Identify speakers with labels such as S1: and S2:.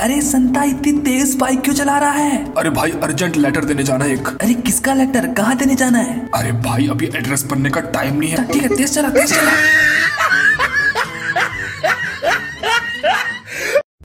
S1: अरे संता इतनी तेज बाइक क्यों चला रहा है
S2: अरे भाई अर्जेंट लेटर देने जाना है एक
S1: अरे किसका लेटर कहाँ देने जाना है
S2: अरे भाई अभी एड्रेस बनने का टाइम नहीं है
S1: ठीक है तेज चला तेज चला